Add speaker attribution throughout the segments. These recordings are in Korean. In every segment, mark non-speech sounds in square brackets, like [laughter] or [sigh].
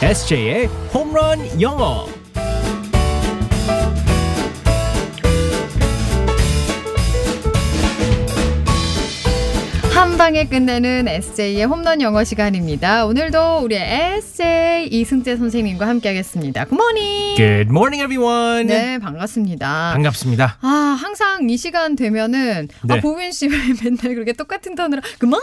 Speaker 1: SJ의 홈런 영어.
Speaker 2: 한 방에 끝내는 SJ의 홈런 영어 시간입니다. 오늘도 우리 SJ 이승재 선생님과 함께하겠습니다. 굿모닝.
Speaker 1: Good morning, everyone.
Speaker 2: 네, 반갑습니다.
Speaker 1: 반갑습니다.
Speaker 2: 아, 항상 이 시간 되면은
Speaker 1: 네.
Speaker 2: 아, 보빈 씨 왜 맨날 그렇게 똑같은 톤으로 굿모닝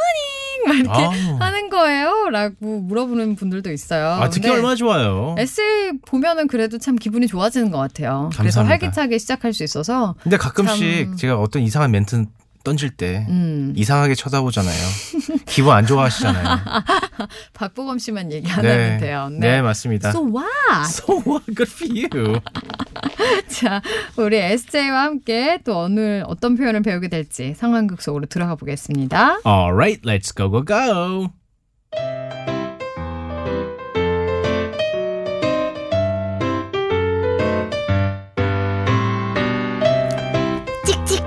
Speaker 2: 막 이렇게
Speaker 1: 아우.
Speaker 2: 하는 거예요?라고 물어보는 분들도 있어요.
Speaker 1: 아, 듣기
Speaker 2: 근데
Speaker 1: 얼마나 좋아요.
Speaker 2: 네. 에세이 보면은 그래도 참 기분이 좋아지는 것 같아요. 그래서
Speaker 1: 감사합니다.
Speaker 2: 활기차게 시작할 수 있어서
Speaker 3: 근데 가끔씩
Speaker 2: 참.
Speaker 3: 제가 어떤 이상한 멘트 던질 때
Speaker 2: 음,
Speaker 3: 이상하게
Speaker 2: [laughs]
Speaker 3: 쳐다보잖아요. 기분 안 좋아하시잖아요.
Speaker 2: 박보검 씨만 얘기 안 하면
Speaker 3: 네.
Speaker 2: 돼요.
Speaker 3: 네, 맞습니다.
Speaker 2: So what?
Speaker 3: So what? Good for you.
Speaker 2: 자, 우리 SJ와 함께 또 오늘 어떤 표현을 배우게 될지 상황극 속으로 들어가 보겠습니다.
Speaker 1: Alright, let's go, go, go.
Speaker 4: 찍찍.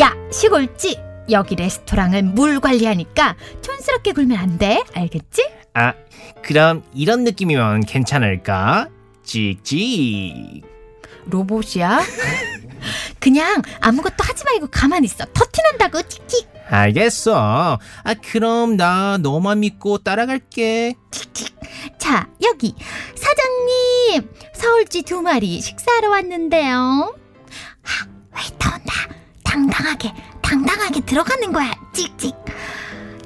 Speaker 4: 야, 시골집. 여기 레스토랑은 물 관리하니까 촌스럽게 굴면 안 돼. 알겠지?
Speaker 1: 아, 그럼 이런 느낌이면 괜찮을까? 찍찍.
Speaker 2: [laughs] 로봇이야?
Speaker 4: 그냥 아무것도 하지 말고 가만히 있어. 터티난다고 찍찍.
Speaker 1: 알겠어. 아, 그럼 나 너만 믿고 따라갈게.
Speaker 4: 자, 여기 사장님. 서울쥐 두 마리 식사하러 왔는데요. 아, 웨이터 온다. 당당하게, 당당하게 들어가는 거야. 찍찍.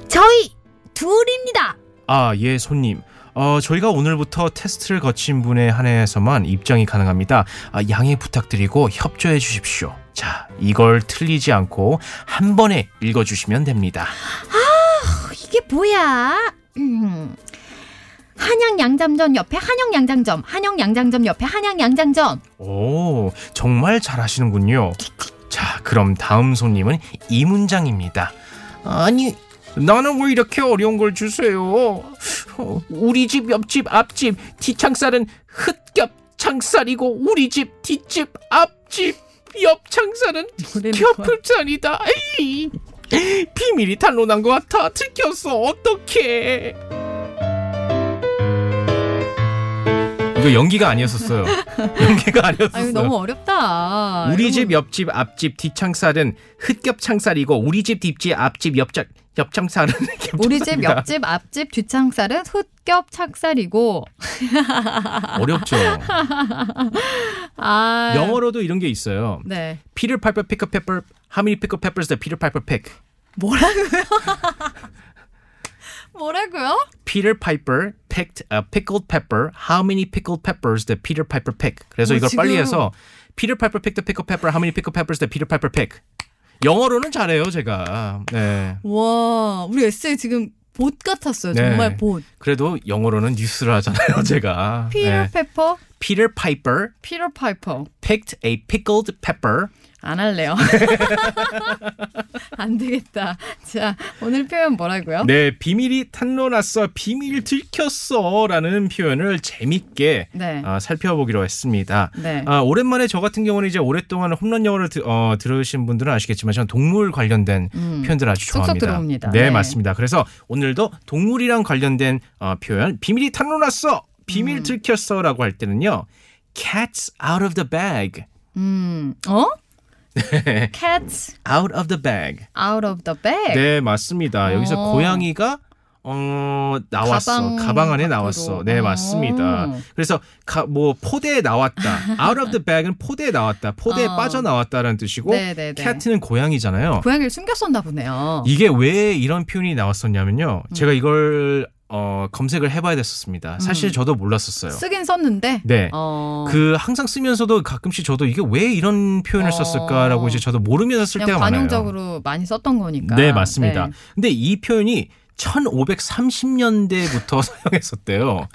Speaker 4: 저희 둘입니다.
Speaker 3: 아, 예, 손님. 어, 저희가 오늘부터 테스트를 거친 분에 한해서만 입장이 가능합니다. 아, 양해 부탁드리고 협조해 주십시오. 자, 이걸 틀리지 않고 한 번에 읽어 주시면 됩니다.
Speaker 4: 어, 이게 뭐야? 음. 한양 양장점 옆에 한영 양장점, 한영 양장점 옆에 한양 양장점.
Speaker 3: 오, 정말 잘하시는군요. 자, 그럼 다음 손님은 이 문장입니다. 아니, 나는 왜 이렇게 어려운 걸 주세요? 어, 우리 집 옆집 앞집 뒤창살은 흑겹 창살이고 우리 집 뒷집 앞집 옆창살은 겹풀산이다. 에이, 비밀이 탄로난 것 같아 들켰어. 어떡해? 이거 연기가 [laughs] 아니었었어요. 연기가 아니었었어요.
Speaker 2: 아유, 너무 어렵다.
Speaker 3: 우리
Speaker 2: 이런
Speaker 3: 집 옆집 앞집 뒷창살은 흑겹창살이고 우리 집 뒷집 앞집 옆장 옆창살은 뭐 [laughs]
Speaker 2: 거- 우리 집
Speaker 3: 겹창살이다.
Speaker 2: 옆집 앞집 뒷창살은 훗겹 착살이고
Speaker 3: [laughs] 어렵죠.
Speaker 2: 아
Speaker 3: 영어로도 이런 게 있어요.
Speaker 2: 네
Speaker 3: Peter Piper pick a pepper. How many pick a peppers did Peter Piper pick?
Speaker 2: 뭐라고요?
Speaker 3: Peter Piper picked a pickled pepper. How many pickled peppers did Peter Piper pick? 그래서
Speaker 2: 뭐
Speaker 3: 이걸
Speaker 2: 지금-
Speaker 3: 빨리 해서 Peter Piper picked a pickled pepper. How many pickled peppers did Peter Piper pick? 영어로는 잘해요, 제가. 네.
Speaker 2: 와 우리 에세이 지금 봇 같았어요.
Speaker 3: 네.
Speaker 2: 정말 봇.
Speaker 3: 그래도 영어로는 뉴스를 하잖아요, [laughs] 제가.
Speaker 2: 피터
Speaker 3: 네.
Speaker 2: 페퍼,
Speaker 3: Peter Piper
Speaker 2: 피터 파이퍼.
Speaker 3: picked a pickled pepper.
Speaker 2: 안 할래요. [laughs] 안 되겠다. 자 오늘 표현 뭐라고요?
Speaker 3: 네, 비밀이 탄로났어, 비밀 들켰어라는 표현을 재밌게
Speaker 2: 네.
Speaker 3: 아, 살펴보기로 했습니다.
Speaker 2: 네.
Speaker 3: 아, 오랜만에 저 같은 경우는 이제 오랫동안 홈런 영어를 드- 어, 들으신 분들은 아시겠지만 저는 동물 관련된
Speaker 2: 음.
Speaker 3: 표현들 아주
Speaker 2: 쏙쏙
Speaker 3: 좋아합니다.
Speaker 2: 들어옵니다.
Speaker 3: 네,
Speaker 2: 네.
Speaker 3: 맞습니다. 그래서 오늘도 동물이랑 관련된 어, 표현 비밀이 탄로났어, 비밀
Speaker 2: 음.
Speaker 3: 들켰어라고 할 때는요. Cats out of the bag.
Speaker 2: 음, 어? Cats
Speaker 3: Out of the bag.
Speaker 2: out of the bag.
Speaker 3: 네, 맞습니다. 여기서
Speaker 2: 어.
Speaker 3: 고양이가 어 나왔어
Speaker 2: 가방
Speaker 3: 가방, 안에
Speaker 2: 밖으로.
Speaker 3: 나왔어 네
Speaker 2: 어.
Speaker 3: 맞습니다 그래서 가, 뭐 포대에 나왔다 out of the bag은 포대에 나왔다 포대에
Speaker 2: 어.
Speaker 3: 빠져 나왔다라는 뜻이고
Speaker 2: 네, 네, 네.
Speaker 3: cat는 고양이잖아요
Speaker 2: 고양이를 어. 숨겼었나 보네요.
Speaker 3: 이게 왜 이런 표현이 나왔었냐면요
Speaker 2: 음.
Speaker 3: 제가 이걸 어, 검색을 해봐야 됐었습니다 사실 저도 몰랐었어요
Speaker 2: 음. 쓰긴 썼는데.
Speaker 3: 네
Speaker 2: 어.
Speaker 3: 그 항상 쓰면서도 가끔씩 저도 이게 왜 이런 표현을
Speaker 2: 어.
Speaker 3: 썼을까라고 이제 저도 모르면서 쓸
Speaker 2: 그냥
Speaker 3: 때가 많아요.
Speaker 2: 관용적으로 많이 썼던 거니까.
Speaker 3: 네, 맞습니다.
Speaker 2: 네.
Speaker 3: 근데 이 표현이 1530년대부터 [laughs] 사용했었대요.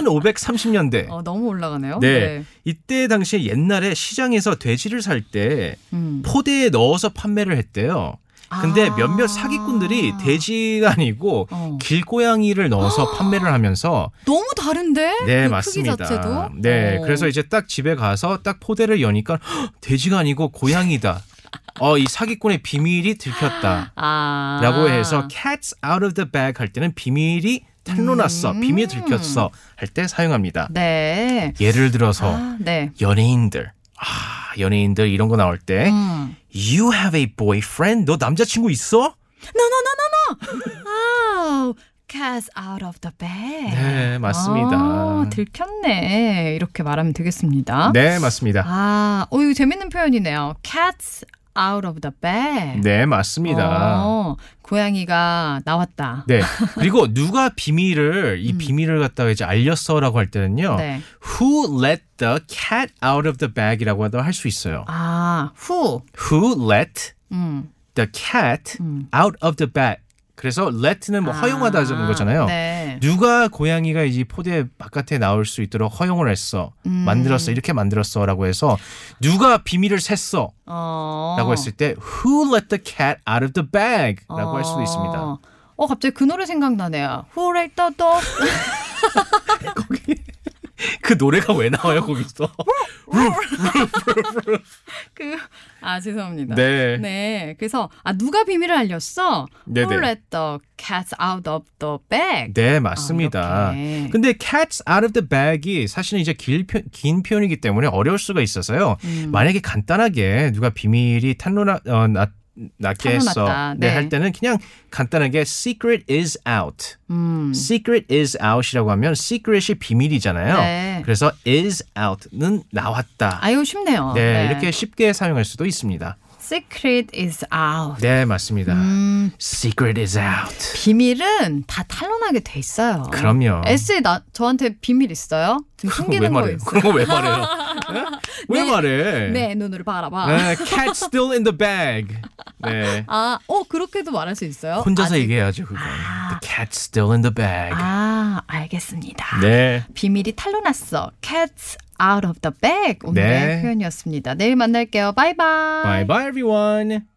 Speaker 3: 1530년대.
Speaker 2: 어, 너무 올라가네요.
Speaker 3: 네. 이때 당시에 옛날에 시장에서 돼지를 살 때
Speaker 2: 음.
Speaker 3: 포대에 넣어서 판매를 했대요. 근데
Speaker 2: 아.
Speaker 3: 몇몇 사기꾼들이 돼지가 아니고
Speaker 2: 어.
Speaker 3: 길고양이를 넣어서 판매를 하면서
Speaker 2: 너무 다른데?
Speaker 3: 네
Speaker 2: 그
Speaker 3: 맞습니다.
Speaker 2: 크기 자체도?
Speaker 3: 네
Speaker 2: 어.
Speaker 3: 그래서 이제 딱 집에 가서 딱 포대를 여니까 헉, 돼지가 아니고 고양이다. 어 이 사기꾼의 비밀이 들켰다.
Speaker 2: 아.
Speaker 3: 라고 해서 cats out of the bag 할 때는 비밀이 탄로 났어,
Speaker 2: 음.
Speaker 3: 비밀 들켰어 할 때 사용합니다.
Speaker 2: 네.
Speaker 3: 예를 들어서
Speaker 2: 아, 네.
Speaker 3: 연예인들, 아 연예인들 이런 거 나올 때
Speaker 2: 음.
Speaker 3: You have a boyfriend? 너 남자친구 있어?
Speaker 2: Oh, cast out of the bag.
Speaker 3: 네, 맞습니다.
Speaker 2: 아, 들켰네. 이렇게 말하면 되겠습니다.
Speaker 3: 네, 맞습니다.
Speaker 2: 어? 아, 어, 이거 재밌는 표현이네요. Cats out of the bag.
Speaker 3: 네, 맞습니다.
Speaker 2: 어, 고양이가 나왔다.
Speaker 3: 네. 그리고 누가 비밀을 이
Speaker 2: 음.
Speaker 3: 비밀을 갖다가 이제 알렸어라고 할 때는요.
Speaker 2: 네.
Speaker 3: Who let the cat out of the bag이라고도 할 수 있어요.
Speaker 2: 아, who?
Speaker 3: Who let
Speaker 2: 음,
Speaker 3: the cat
Speaker 2: 음.
Speaker 3: out of the bag? 그래서 let는 뭐 허용하다 하는 거잖아요.
Speaker 2: 아, 네.
Speaker 3: 누가 고양이가 이제 포대 바깥에 나올 수 있도록 허용을 했어.
Speaker 2: 음.
Speaker 3: 만들었어. 이렇게 만들었어라고 해서 누가 비밀을 샜어라고
Speaker 2: 어.
Speaker 3: 했을 때 who let the cat out of the bag라고 할 수도 있습니다.
Speaker 2: 어, 어, 갑자기 그 노래 생각나네요. Who let the dog? [laughs]
Speaker 3: 그 노래가 왜 나와요,
Speaker 2: [laughs]
Speaker 3: 거기서?
Speaker 2: 그, 아, 죄송합니다.
Speaker 3: 네.
Speaker 2: 네. 그래서, 아, 누가 비밀을 알렸어?
Speaker 3: 네네.
Speaker 2: Who let the cats out of the bag?
Speaker 3: 네, 맞습니다.
Speaker 2: 아, 이렇게.
Speaker 3: 근데 cats out of the bag이 사실은 이제 길 표- 긴 표현이기 때문에 어려울 수가 있어서요.
Speaker 2: 음.
Speaker 3: 만약에 간단하게 누가 비밀이 탄로나 어, 나, 낫게
Speaker 2: 탄로
Speaker 3: 했어.
Speaker 2: 났다.
Speaker 3: 네,
Speaker 2: 네.
Speaker 3: 할 때는 그냥 간단하게 secret is out.
Speaker 2: 음.
Speaker 3: secret is out이라고 하면 secret이 비밀이잖아요.
Speaker 2: 네.
Speaker 3: 그래서 is out는 나왔다.
Speaker 2: 아유, 어, 쉽네요.
Speaker 3: 네, 이렇게 쉽게 사용할 수도 있습니다.
Speaker 2: Secret is out.
Speaker 3: 네, 맞습니다.
Speaker 2: 음,
Speaker 3: secret is out.
Speaker 2: 비밀은 다 탄로나게 돼 있어요.
Speaker 3: 그럼요.
Speaker 2: 에세이 나 저한테 비밀 있어요? 지금
Speaker 3: 왜
Speaker 2: 숨기는 거
Speaker 3: 말해요?
Speaker 2: 있어요?
Speaker 3: 그런 거 왜
Speaker 2: [laughs]
Speaker 3: 말해요? 네? 왜
Speaker 2: 네.
Speaker 3: 말해?
Speaker 2: 네, 눈으로 바라봐.
Speaker 3: 네, cat still in the bag. 네.
Speaker 2: 아, 어 그렇게도 말할 수 있어요?
Speaker 3: 혼자서
Speaker 2: 아직-
Speaker 3: 얘기해야죠, 그건. The cat's still in the bag.
Speaker 2: 아, 알겠습니다.
Speaker 3: 네.
Speaker 2: 비밀이 탄로 났어. Cats out of the bag 오늘의
Speaker 3: 네.
Speaker 2: 표현이었습니다. 내일 만날게요. 바이바이.
Speaker 3: Bye bye everyone.